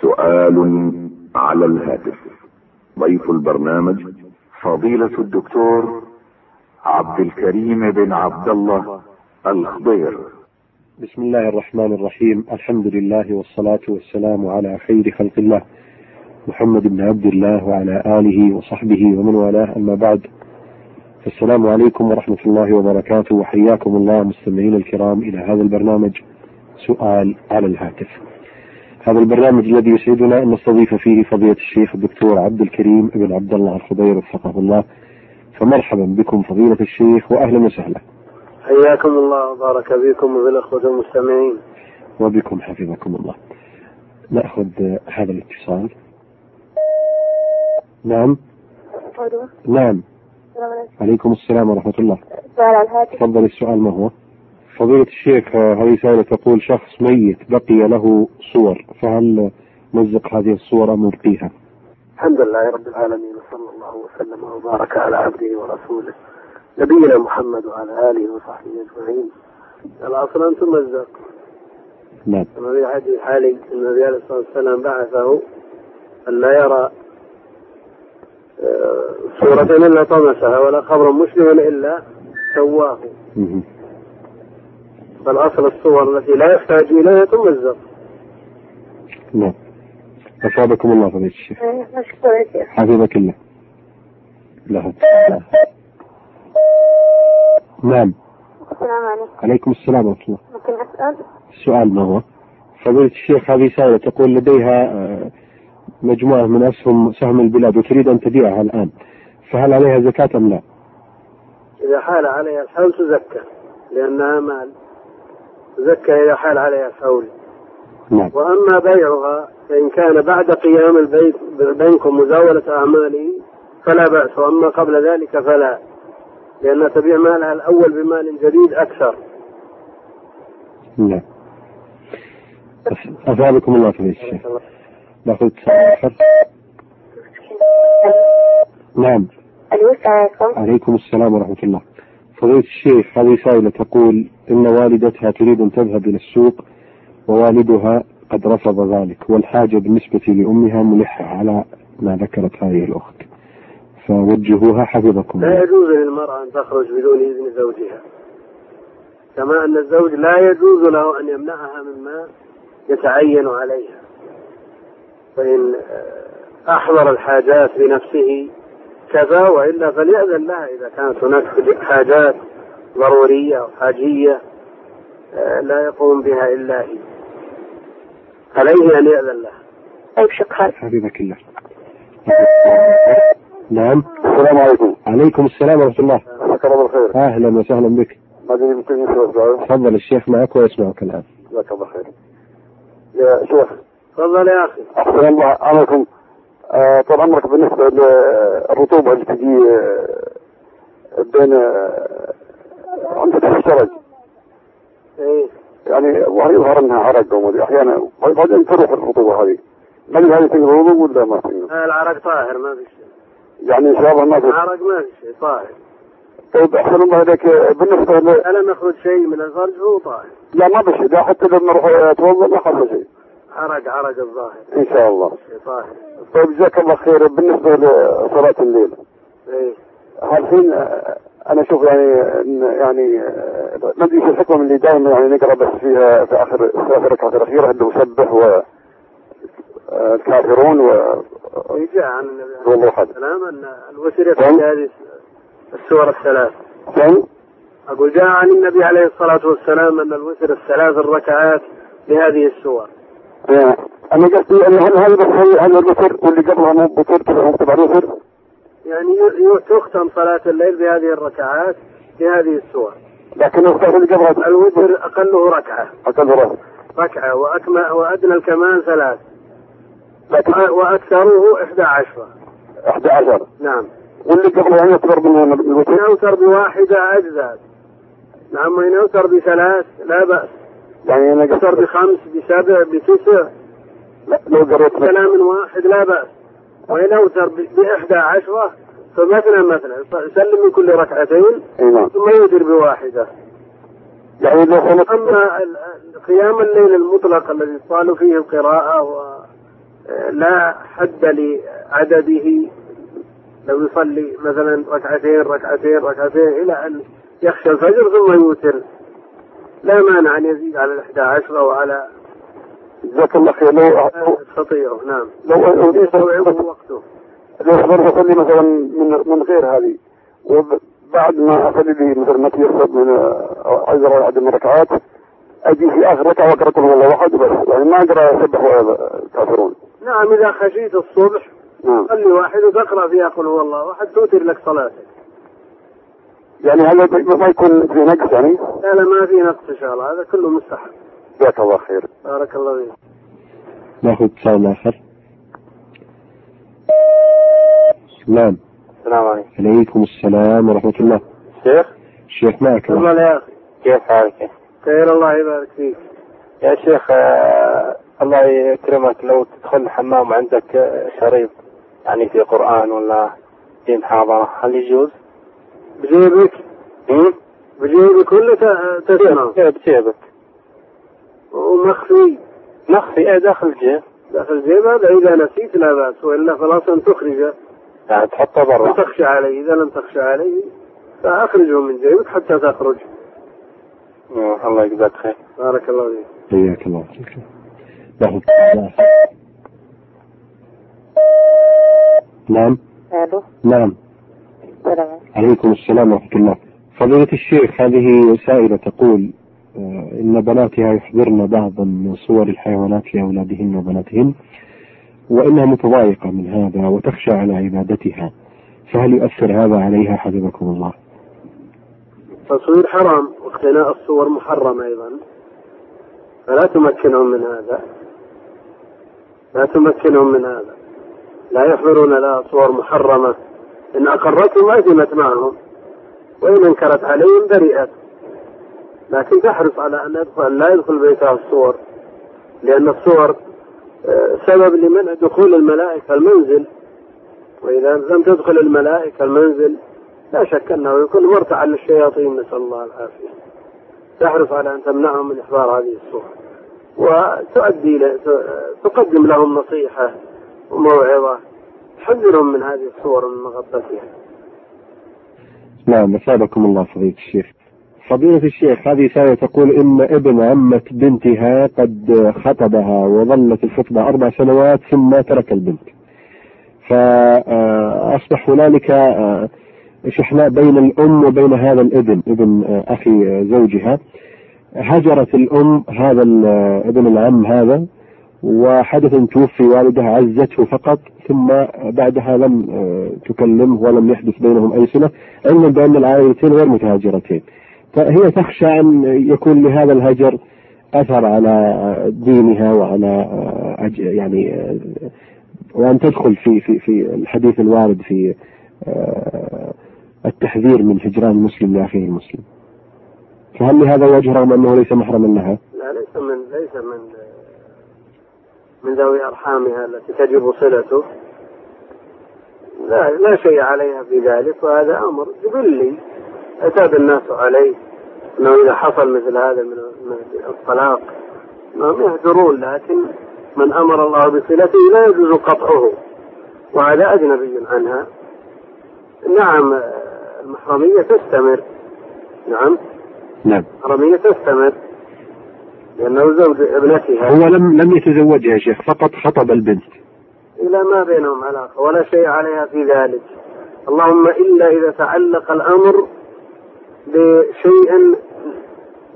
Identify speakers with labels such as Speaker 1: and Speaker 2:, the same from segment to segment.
Speaker 1: سؤال على الهاتف ضيف البرنامج فضيلة الدكتور عبد الكريم بن عبد الله الخضير
Speaker 2: بسم الله الرحمن الرحيم الحمد لله والصلاة والسلام على خير خلق الله محمد بن عبد الله وعلى آله وصحبه ومن والاه أما بعد السلام عليكم ورحمة الله وبركاته وحياكم الله مستمعين الكرام إلى هذا البرنامج سؤال على الهاتف هذا البرنامج الذي يسعدنا أن نستضيف فيه فضيلة الشيخ الدكتور عبد الكريم بن عبد الله الخضير وفقه الله فمرحبا بكم فضيلة الشيخ وأهلا وسهلا
Speaker 3: حياكم الله وبارك بكم وبالأخوة المستمعين
Speaker 2: وبكم حفظكم الله نأخذ هذا الاتصال نعم
Speaker 4: ألو.
Speaker 2: نعم
Speaker 4: السلام عليكم
Speaker 2: عليكم السلام ورحمة الله
Speaker 4: سؤال عن هاتف
Speaker 2: تفضل السؤال ما هو فضيلة الشيخ آه، هذه سائلة تقول شخص ميت بقي له صور فهل نلزق هذه الصور أم نبقيها
Speaker 3: الحمد لله رب العالمين وصلى الله وسلم وبارك على عبده ورسوله نبينا محمد وعلى آله وصحبه أجمعين الأصل أن تمزق
Speaker 2: نعم
Speaker 3: كما في حديث حالي أن النبي عليه الصلاة والسلام بعثه أن لا يرى آه، صورة إلا طمسها ولا خبر مسلما إلا سواه
Speaker 2: مهم.
Speaker 3: فالأصل الصور التي لا يحتاج إليها تمزق
Speaker 2: نعم أصابكم الله فضيلة الشيخ
Speaker 4: مشكور إيه، يا شيخ
Speaker 2: حفظك الله لا نعم
Speaker 4: السلام عليكم
Speaker 2: عليكم السلام ورحمة الله
Speaker 4: ممكن أسأل
Speaker 2: السؤال ما هو فضيلة الشيخ هذه سائلة تقول لديها آه، مجموعة من أسهم سهم البلاد وتريد أن تبيعها الآن فهل عليها زكاة أم لا؟
Speaker 3: إذا حال عليها الحول تزكى لأنها مال تزكى إذا حال عليها الحول
Speaker 2: نعم
Speaker 3: وأما بيعها فإن كان بعد قيام البيت بينكم مزاولة أعماله فلا بأس وأما قبل ذلك فلا لأنها تبيع مالها الأول بمال جديد أكثر
Speaker 2: نعم أف- أثابكم الله فضيلة الشيخ ناخذ اتصال آخر نعم
Speaker 4: ألو السلام عليكم
Speaker 2: عليكم السلام ورحمة الله فضيلة الشيخ هذه سائلة تقول إن والدتها تريد أن تذهب إلى السوق ووالدها قد رفض ذلك والحاجة بالنسبة لأمها ملحة على ما ذكرت هذه الأخت فوجهوها حفظكم
Speaker 3: لا
Speaker 2: الله
Speaker 3: يجوز للمرأة أن تخرج بدون إذن زوجها كما أن الزوج لا يجوز له أن يمنعها مما يتعين عليها فإن آه، أحضر الحاجات بنفسه كفى وإلا فليأذن لها إذا كانت هناك حاجات ضرورية أو حاجية آه، لا يقوم بها إلا هي عليه أن يأذن لها
Speaker 4: طيب شكرا
Speaker 2: حفظك الله نعم
Speaker 5: السلام عليكم
Speaker 2: عليكم السلام ورحمة الله
Speaker 5: مساك الله بالخير
Speaker 2: أهلا وسهلا بك
Speaker 5: ما ادري يمكن يسوى
Speaker 2: تفضل الشيخ معك ويسمعك الآن
Speaker 5: جزاك الله خير يا شيخ
Speaker 3: تفضل يا أخي
Speaker 5: احسن الله عليكم آه، طال عمرك بالنسبه للرطوبه اللي تجي آه، بين آه، عند فتح الشرج
Speaker 3: إيه
Speaker 5: يعني ظهر يظهر انها عرق او مدري احيانا بعدين تروح الرطوبه هذه ما ادري هذه تنقل الوضوء ولا ما تنقل
Speaker 3: آه، العرق طاهر ما في شيء
Speaker 5: يعني ان شاء الله ما في
Speaker 3: العرق ما في شيء طاهر
Speaker 5: طيب احسن الله اليك آه، بالنسبه ل...
Speaker 3: ألم يخرج شيء من الفرج هو طاهر
Speaker 5: لا ما بشي لا حتى لما اروح اتوضا ما خلص شيء
Speaker 3: عرق عرق الظاهر
Speaker 5: ان شاء الله
Speaker 3: شيء طاهر
Speaker 5: طيب جزاك الله خير بالنسبه لصلاه الليل
Speaker 3: ايه
Speaker 5: الحين آه، انا اشوف يعني إن- يعني آه، ما ادري ايش الحكمه من اللي دائما يعني نقرا بس فيها في اخر في الركعه الاخيره اللي مسبح و آه، الكافرون و آه،
Speaker 3: إيه، جاء عن النبي عليه
Speaker 5: والله احد
Speaker 3: السلام ان الوسر يقول هذه السور الثلاث
Speaker 5: ثم
Speaker 3: اقول جاء عن النبي عليه الصلاه والسلام ان الوسر الثلاث الركعات لهذه السور
Speaker 5: آه، انا قصدي ان هل هذه بس هي هل الوتر واللي قبلها مو بوتر تبع مو تبع الوتر
Speaker 3: يعني ي- ي- تختم صلاه الليل بهذه الركعات لهذه السور
Speaker 5: لكن الصلاه اللي قبلها
Speaker 3: الوتر اقله ركعه
Speaker 5: اقل راس
Speaker 3: ركعه واكمل وادنى الكمال ثلاث
Speaker 5: لكن
Speaker 3: وأ- واكثره احدى عشره
Speaker 5: 11
Speaker 3: نعم
Speaker 5: واللي قبلها يعني يعتبر من
Speaker 3: ان
Speaker 5: الوتر
Speaker 3: اوتر بواحده اجزاء نعم وان اوتر بثلاث لا باس
Speaker 5: يعني انا
Speaker 3: اوتر
Speaker 5: قصدي
Speaker 3: بخمس بسبع بتسع
Speaker 5: لا، لو قريت
Speaker 3: كلام واحد لا بأس وإن أوتر ب- بإحدى عشرة فمثلا مثلا يسلم من كل ركعتين
Speaker 5: اي نعم
Speaker 3: ثم يوتر بواحدة
Speaker 5: يعني لو خلصت
Speaker 3: أما ال- ال- قيام الليل المطلق الذي يقال فيه القراءة لا حد لعدده لو يصلي مثلا ركعتين ركعتين ركعتين إلى أن يخشى الفجر ثم يوتر لا مانع أن يزيد على الإحدى عشرة وعلى
Speaker 5: جزاك الله خير لو
Speaker 3: تستطيعه نعم
Speaker 5: لو أريد
Speaker 3: يستوعبه وقته
Speaker 5: لو أقدر أصلي مثلا من من غير هذه وبعد ما أصلي لي مثلا ما تيسر من آه، عشر أو عدد من الركعات أجي في آخر ركعة وأقرأ كل والله واحد وبس يعني ما أقرأ سبح الكافرون
Speaker 3: نعم إذا خشيت الصبح
Speaker 5: نعم
Speaker 3: صلي واحد وتقرأ فيها قل هو الله أحد توتر لك صلاتك
Speaker 5: يعني هذا ما ما يكون في نقص يعني
Speaker 3: لا لا ما في نقص إن شاء الله هذا كله مستحب
Speaker 5: جزاك الله خير
Speaker 3: بارك الله فيك
Speaker 2: ناخذ اتصال اخر نعم
Speaker 6: السلام عليكم
Speaker 2: عليكم السلام ورحمه الله
Speaker 6: شيخ
Speaker 2: الشيخ معك نعم.
Speaker 3: تفضل يا أخي
Speaker 6: كيف حالك
Speaker 3: خير الله يبارك فيك
Speaker 6: يا شيخ آه، الله يكرمك لو تدخل الحمام عندك آه، شريط يعني في قرآن ولا في محاضرة هل يجوز؟
Speaker 3: بجيبك
Speaker 6: هم؟
Speaker 3: بجيبك كله ت- تسمع
Speaker 6: إيه، بجيبك
Speaker 3: ومخفي
Speaker 6: مخفي
Speaker 5: آه،
Speaker 6: ايه داخل الجيب
Speaker 3: داخل جيب هذا إذا نسيت لا بأس وإلا فالأصل أن تخرجه
Speaker 6: يعني تحطه
Speaker 3: لم
Speaker 6: برا
Speaker 3: تخشى عليه إذا لم تخشى عليه فأخرجه من جيبك حتى تخرج
Speaker 6: أيوه، الله يجزاك خير
Speaker 3: بارك الله فيك
Speaker 2: حياك الله ناخذ اتصال آخر. نعم
Speaker 4: الو
Speaker 2: نعم
Speaker 4: السلام عليكم
Speaker 2: عليكم السلام ورحمة الله فضيلة الشيخ هذه سائلة تقول آه، إن بناتها يحضرن بعضا من صور الحيوانات لأولادهن وبناتهن وإنها متضايقة من هذا وتخشى على عبادتها فهل يؤثر هذا عليها حفظكم الله؟
Speaker 3: التصوير حرام واقتناء الصور محرم أيضا فلا تمكنهم من هذا لا تمكنهم من هذا لا يحضرون لها صور محرمة إن أقرتهم أزمت معهم وإن أنكرت عليهم برئت لكن تحرص على أن يدخل أن لا يدخل بيتها الصور لأن الصور آه، سبب لمنع دخول الملائكة المنزل وإذا لم تدخل الملائكة المنزل لا شك انه يكون مرتعا للشياطين نسال الله العافيه. تحرص على ان تمنعهم من احضار هذه الصور. وتؤدي ل... تقدم لهم نصيحه وموعظه تحذرهم من هذه الصور ومن مغبتها.
Speaker 2: نعم أثابكم الله فضيلة الشيخ فضيلة الشيخ هذه سائلة تقول إن ابن عمة بنتها قد خطبها وظلت الخطبة أربع سنوات ثم ترك البنت فأصبح هنالك آه، شحناء بين الأم وبين هذا الابن ابن آه، أخي آه، زوجها هجرت الأم هذا ال- آه، ابن العم هذا وحدث توفي والدها عزته فقط ثم بعدها لم آه، تكلمه ولم يحدث بينهم أي صلة علما بان العائلتين غير متهاجرتين فهي تخشى ان يكون لهذا الهجر اثر على دينها وعلى أج- يعني وان تدخل في في في الحديث الوارد في آه، التحذير من هجران المسلم لاخيه المسلم. فهل لهذا وجه رغم انه ليس محرما لها؟
Speaker 3: لا ليس من ليس من من ذوي ارحامها التي تجب صلته. لا لا شيء عليها في ذلك وهذا امر جبلي اتاب الناس عليه انه اذا حصل مثل هذا من من الطلاق انهم يهجرون لكن من امر الله بصلته لا يجوز قطعه وهذا اجنبي عنها. نعم المحرميه تستمر. نعم
Speaker 2: نعم.
Speaker 3: الحرميه تستمر لأنه زوج ابنتها
Speaker 2: هو لم لم يتزوجها يا شيخ فقط خطب البنت.
Speaker 3: إلى ما بينهم علاقة ولا شيء عليها في ذلك اللهم إلا إذا تعلق الأمر بشيء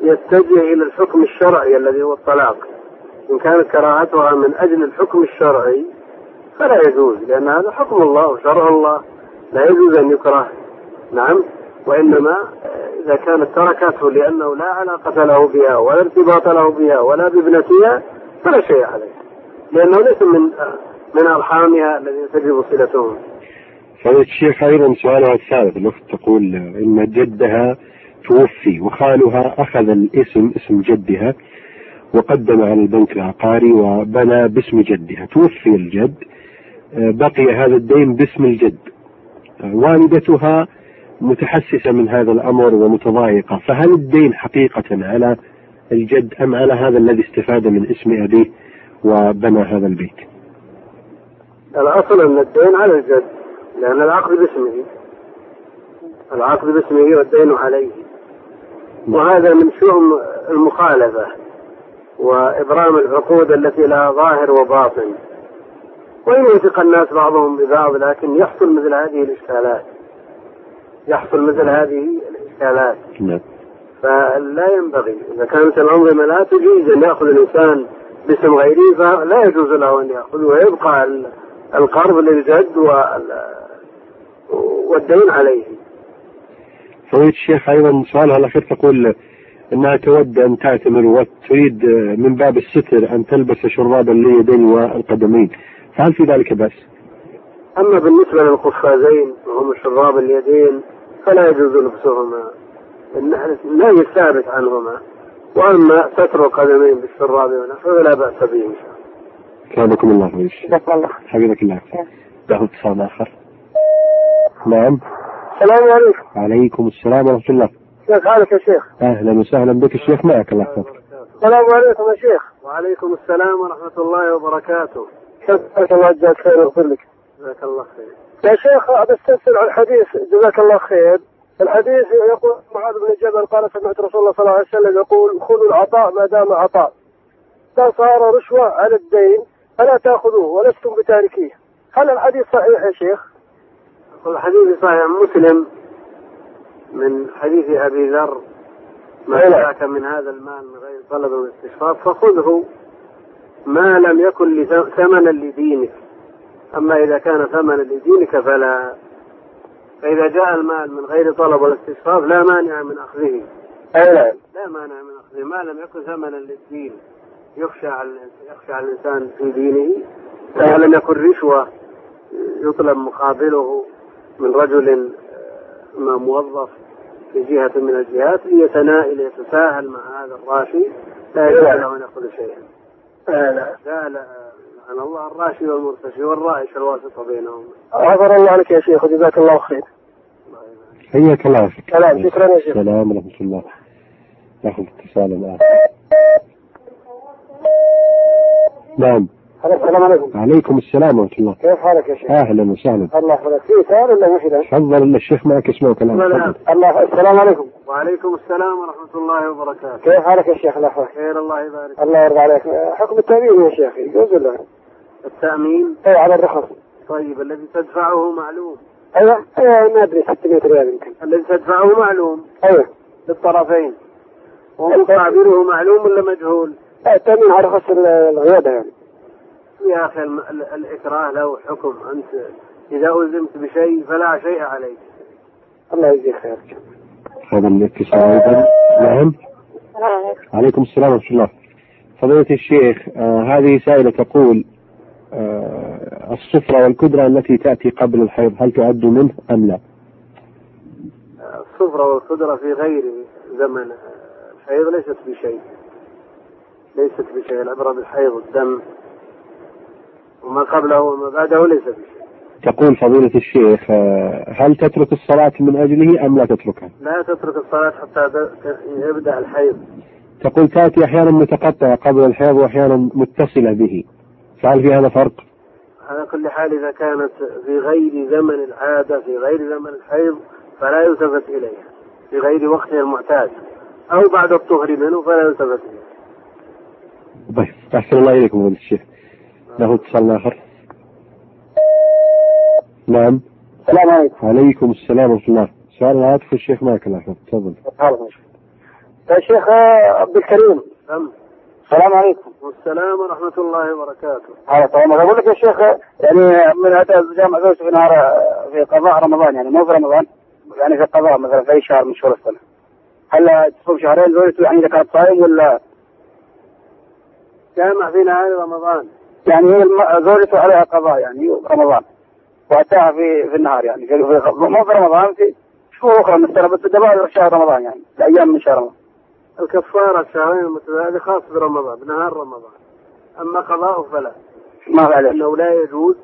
Speaker 3: يتجه إلى الحكم الشرعي الذي هو الطلاق إن كانت كراهتها من أجل الحكم الشرعي فلا يجوز لأن هذا حكم الله وشرع الله لا يجوز أن يكره نعم وإنما إذا كانت تركته لأنه لا علاقة له بها ولا ارتباط له بها ولا بابنتها فلا شيء عليه لأنه ليس من من أرحامها الذين تجب صلتهم
Speaker 2: فضيلة الشيخ أيضا سؤالها الثالث الأخت تقول إن جدها توفي وخالها أخذ الاسم اسم جدها وقدم على البنك العقاري وبنى باسم جدها توفي الجد آه، بقي هذا الدين باسم الجد آه، والدتها متحسسة من هذا الأمر ومتضايقة فهل الدين حقيقة على الجد أم على هذا الذي استفاد من اسم أبيه وبنى هذا البيت
Speaker 3: الأصل أن الدين على الجد لأن العقد باسمه العقد باسمه والدين عليه وهذا من شؤم المخالفة وإبرام العقود التي لها ظاهر وباطن وإن وثق الناس بعضهم ببعض لكن يحصل مثل هذه الإشكالات يحصل مثل هذه الإشكالات
Speaker 2: نعم
Speaker 3: فلا ينبغي إذا كانت الأنظمة لا تجيز أن يأخذ الإنسان باسم غيره فلا يجوز له أن يأخذ ويبقى ال- القرض للجد وال- والدين عليه
Speaker 2: فضيلة الشيخ أيضا سؤالها الأخير تقول أنها تود أن تعتمر وتريد من باب الستر أن تلبس شرابا لليدين والقدمين فهل في ذلك بأس؟
Speaker 3: أما بالنسبة للقفازين وهم شراب اليدين فلا يجوز لبسهما الن- النهي الثابت عنهما وأما ستر القدمين بالشراب ونحوه فلا بأس به إن شاء الله
Speaker 2: سلامكم الله فضيلة الشيخ
Speaker 4: جزاكم الله خير.
Speaker 2: حفظك الله له اتصال آخر نعم
Speaker 3: السلام عليكم
Speaker 2: عليكم السلام ورحمة الله
Speaker 3: كيف حالك يا شيخ؟
Speaker 2: أهلا وسهلا بك الشيخ معك الله يحفظك
Speaker 3: السلام عليكم يا شيخ وعليكم السلام ورحمة الله وبركاته
Speaker 5: جزاك الله جزاك خير ويغفر لك
Speaker 3: جزاك الله خير
Speaker 5: يا شيخ بستفسر عن حديث جزاك الله خير الحديث يقول معاذ بن جبل قال سمعت رسول الله صلى الله عليه وسلم يقول خذوا العطاء ما دام عطاء إذا صار رشوة على الدين فلا تأخذوه ولستم بتاركيه هل الحديث صحيح يا شيخ؟
Speaker 3: والحديث صحيح مسلم من حديث أبي ذر ما
Speaker 5: أيوة.
Speaker 3: جاءك من هذا المال من غير طلب واستشفاف فخذه ما لم يكن لث- ثمنا لدينك أما إذا كان ثمنا لدينك فلا فإذا جاء المال من غير طلب ولا استشفاف لا مانع من أخذه
Speaker 5: أي نعم
Speaker 3: لا مانع من أخذه ما لم يكن ثمنا للدين يخشى على الإنس- يخشى على الإنسان في دينه وما لم يكن رشوة يطلب مقابله من رجل آه، ما موظف في جهة من الجهات ليتنائل يتساهل مع هذا الراشي لا يجوز له أن يأخذ شيئا سأل آه، لعن الله الراشي والمرتشي والرائش الواسطة بينهم
Speaker 5: غفر الله لك يا شيخ وجزاك الله خير
Speaker 2: حياك الله فيك
Speaker 5: سلام، شكراً يا شيخ.
Speaker 2: السلام ورحمة الله ناخذ اتصال الآن نعم
Speaker 5: السلام عليكم
Speaker 2: عليكم السلام ورحمة الله
Speaker 5: كيف حالك يا شيخ؟
Speaker 2: أهلا وسهلا
Speaker 5: الله يحفظك في سؤال ولا ما في داعي؟
Speaker 2: تفضل الشيخ معك اسمعك الآن
Speaker 3: ولا.
Speaker 2: تفضل.
Speaker 5: الله السلام عليكم
Speaker 3: وعليكم السلام ورحمة الله وبركاته
Speaker 5: كيف حالك يا شيخ الله يحفظك؟
Speaker 3: خير الله يبارك
Speaker 5: الله يرضى عليك حكم التأمين يا شيخ يجوز ولا لا؟
Speaker 3: التأمين
Speaker 5: أي على الرخص
Speaker 3: طيب الذي تدفعه معلوم
Speaker 5: ايوه ايوه ما ادري 600 ريال يمكن
Speaker 3: الذي تدفعه معلوم
Speaker 5: ايوه
Speaker 3: للطرفين ومقابله معلوم ولا مجهول
Speaker 5: لا، التامين أيوة. على رخص ال- العياده يعني
Speaker 3: يا اخي الم... ال- الاكراه له حكم انت اذا الزمت بشيء فلا شيء عليك
Speaker 5: الله يجزيك خير
Speaker 2: هذا الاتصال أيضا نعم
Speaker 4: السلام عليكم
Speaker 2: عليكم السلام ورحمة الله فضيلة الشيخ آه هذه سائلة تقول آه الصفرة والكدرة التي تأتي قبل الحيض هل تعد منه أم لا؟
Speaker 3: الصفرة والخضرة في غير زمن الحيض ليست بشيء ليست بشيء العبرة بالحيض الدم وما قبله وما بعده ليس بشيء
Speaker 2: تقول فضيلة الشيخ آه هل تترك الصلاة من أجله أم لا تتركها؟
Speaker 3: لا تترك الصلاة حتى ت- يبدأ الحيض
Speaker 2: تقول تأتي أحيانا متقطعة قبل الحيض وأحيانا متصلة به فهل في هذا فرق؟
Speaker 3: على كل حال إذا كانت في غير زمن العادة في غير زمن الحيض فلا يلتفت إليها في غير وقتها المعتاد أو بعد الطهر منه فلا يلتفت إليها
Speaker 2: طيب أحسن الله إليكم فضيلة الشيخ له اتصال آخر نعم
Speaker 5: السلام عليكم
Speaker 2: عليكم السلام ورحمة الله سؤال الهاتف الشيخ معك الله يحفظك. تفضل
Speaker 5: كيف حالك يا شيخ؟ يا شيخ آه، عبد الكريم
Speaker 3: أم
Speaker 5: السلام عليكم
Speaker 3: والسلام ورحمة الله وبركاته
Speaker 5: هلا طبعا اقول لك يا شيخ آه، يعني من اتى الجامع زوجته في نهار آه، في قضاء رمضان يعني مو في رمضان يعني في قضاء مثلا في اي شهر من شهور السنه هل تصوم شهرين زوجته يعني اذا كانت صايم ولا
Speaker 3: جامع في نهار رمضان
Speaker 5: يعني هي الم- زوجته عليها قضاء يعني رمضان واتاها في في النهار يعني في في- مو في رمضان في شهور اخرى من السنه بس دبا شهر رمضان يعني الايام من شهر رمضان
Speaker 3: الكفارة الشهرين المتتالية خاص برمضان بنهار رمضان أما قضاءه فلا
Speaker 5: ما في عليه
Speaker 3: لأنه لا يجوز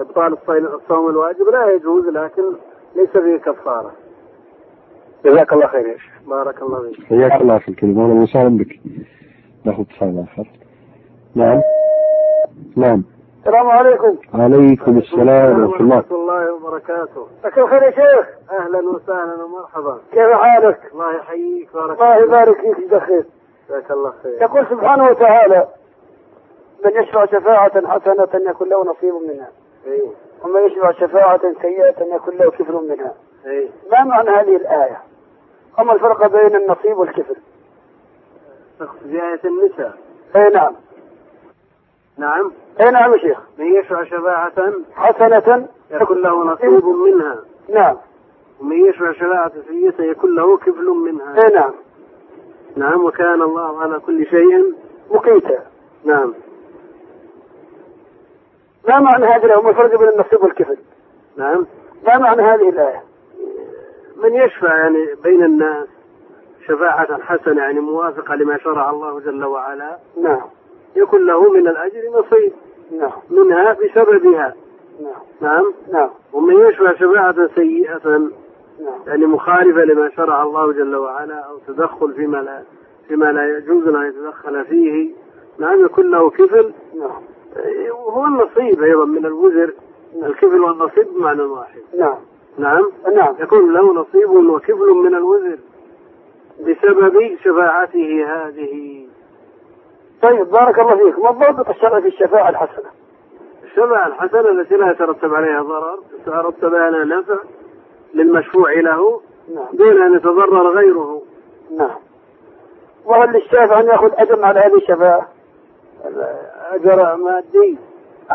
Speaker 3: إبطال الصيام- الصوم الواجب لا يجوز لكن ليس فيه كفارة
Speaker 5: جزاك الله خير يا شيخ
Speaker 3: بارك الله فيك
Speaker 2: حياك الله في الكلمة أهلا وسهلا بك ناخذ اتصال آخر نعم نعم
Speaker 3: السلام عليكم
Speaker 2: عليكم السلام ورحمة الله
Speaker 3: الله وبركاته مساك الخير يا شيخ اهلا وسهلا ومرحبا كيف حالك؟ الله يحييك بارك الله يبارك فيك جزاك خير جزاك الله خير يقول سبحانه وتعالى من يشفع شفاعة حسنة يكون له نصيب منها ايوه ومن يشفع شفاعة سيئة يكون له كفل منها ايوه ما معنى هذه الآية؟ وما الفرق بين النصيب والكفل؟ تقصد آية النساء اي نعم نعم اي نعم يا شيخ من يشفع شفاعة حسنة يكون له نصيب منها نعم ومن يشفع شفاعة سيئة يكون له كفل منها اي نعم نعم وكان الله على كل شيء مقيتا نعم ما معنى هذه الآية وما الفرق بين النصيب والكفل نعم ما معنى هذه الآية من يشفع يعني بين الناس شفاعة حسنة يعني موافقة لما شرع الله جل وعلا نعم يكون له من الأجر نصيب نعم منها بسببها نعم نعم نعم ومن يشفع شفاعة سيئة نعم يعني مخالفة لما شرع الله جل وعلا أو تدخل فيما لا فيما لا يجوز أن يتدخل فيه نعم يكون له كفل نعم وهو النصيب أيضا من الوزر الكفل والنصيب معنى واحد نعم نعم نعم يكون له نصيب وكفل من الوزر بسبب شفاعته هذه طيب بارك الله فيك ما الضابط الشرعي في الشفاعة الحسنة؟ الشفاعة الحسنة التي لا يترتب عليها ضرر يترتب عليها نفع للمشفوع له نعم. دون أن يتضرر غيره نعم وهل للشافع أن يأخذ أجر على هذه الشفاعة؟ أجر مادي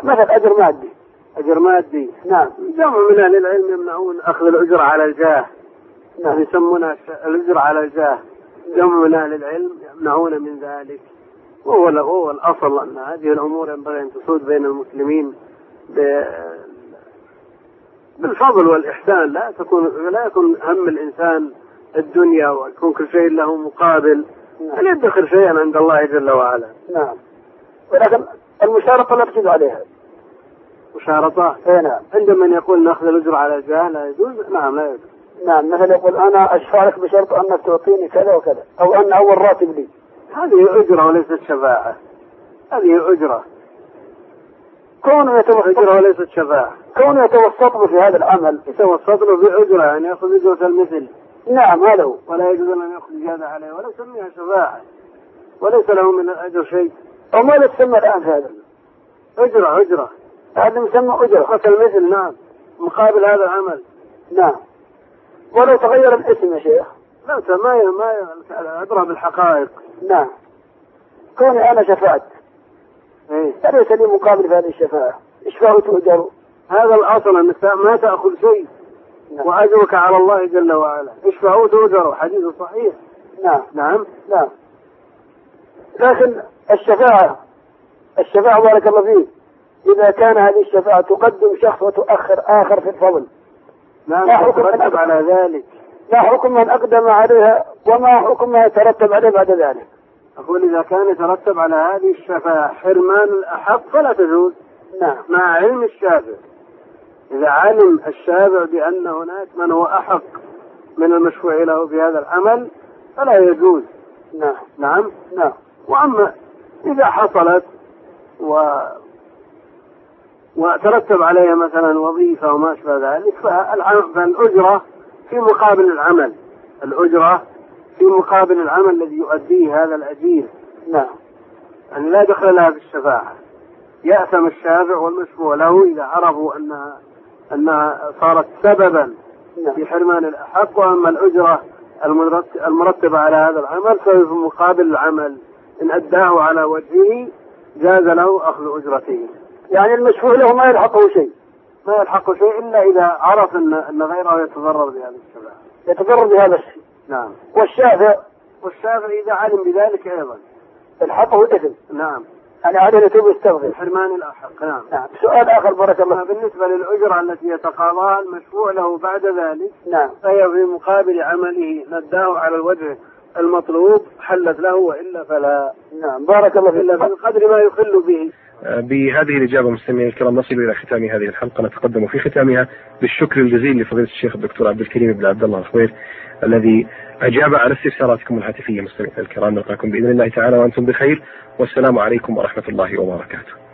Speaker 3: مثلا أجر مادي أجر مادي نعم جمع من أهل العلم يمنعون أخذ الأجر على الجاه نعم يسمونها الأجر على الجاه جمع من أهل العلم يمنعون من ذلك وهو هو الاصل ان هذه الامور ينبغي ان تسود بين المسلمين ب- بالفضل والاحسان لا تكون لا يكون هم الانسان الدنيا ويكون كل شيء له مقابل ان يدخر شيئا عند الله جل وعلا نعم ولكن المشارطه لا تجوز عليها مشارطة؟ اي نعم عند من يقول ناخذ الاجر على الجاه لا يجوز نعم لا يجوز نعم مثلا يقول انا اشفع لك بشرط انك تعطيني كذا وكذا او ان اول راتب لي هذه أجرة وليست شفاعة هذه أجرة كونه يتوسط أجرة وليست شفاعة كونه يتوسط له في هذا العمل يتوسط له بأجرة يعني يأخذ أجرة المثل نعم هذا هو ولا يجوز أن يخرج هذا عليه ولا يسميها شفاعة وليس له من الأجر شيء وماذا تسمى الآن في هذا؟ أجرة أجرة هذا مسمى أجرة المثل نعم مقابل هذا العمل نعم ولو تغير الاسم يا شيخ لا ما ما أدرى بالحقائق نعم كوني أنا شفعت فليس لي مقابل في هذه الشفاعة إشفاع تؤجر هذا الأصل أنك ما تأخذ شيء نعم. وأجرك على الله جل وعلا اشفعوا تؤجروا حديث صحيح نعم نعم نعم لكن الشفاعة الشفاعة بارك الله فيك إذا كان هذه الشفاعة تقدم شخص وتؤخر آخر في الفضل نعم لا حكم من على ذلك لا حكم من أقدم عليها وما حكم ما يترتب عليه بعد ذلك أقول إذا كان يترتب على هذه الشفاعة حرمان الأحق فلا تجوز نعم مع علم الشافع إذا علم الشافع بأن هناك من هو أحق من المشفوع له بهذا العمل فلا يجوز نعم نعم نعم وأما إذا حصلت و وترتب عليها مثلا وظيفة وما أشبه ذلك فالعم- فالأجرة في مقابل العمل الأجرة في مقابل العمل الذي يؤديه هذا الأجير نعم يعني لا دخل لها في الشفاعة يأثم الشافع والمشفوع له إذا عرفوا أنها أنها صارت سببا نعم. في حرمان الأحق وأما الأجرة المرت- المرتبة على هذا العمل فهي في مقابل العمل إن أداه على وجهه جاز له أخذ أجرته يعني المشفوع له ما يلحقه شيء ما يلحقه شيء الا اذا عرف ان ان غيره يتضرر بهذا الشفاعه. يتضرر بهذا الشيء. نعم. والشافع والشافع اذا علم بذلك ايضا. يلحقه اثم. نعم. يعني عليه يتوب ويستغفر. حرمان الاحق نعم. نعم. سؤال اخر بارك الله بالنسبه للاجره التي يتقاضاها المشفوع له بعد ذلك نعم فهي في مقابل عمله نداه على الوجه المطلوب حلت له والا فلا نعم بارك الله فيك الا بقدر ما يخل به
Speaker 2: بهذه الإجابة مستمعينا الكرام نصل إلى ختام هذه الحلقة نتقدم في ختامها بالشكر الجزيل لفضيلة الشيخ الدكتور عبد الكريم بن عبد الله الخوير الذي أجاب على استفساراتكم الهاتفية مستمعينا الكرام نلقاكم بإذن الله تعالى وأنتم بخير والسلام عليكم ورحمة الله وبركاته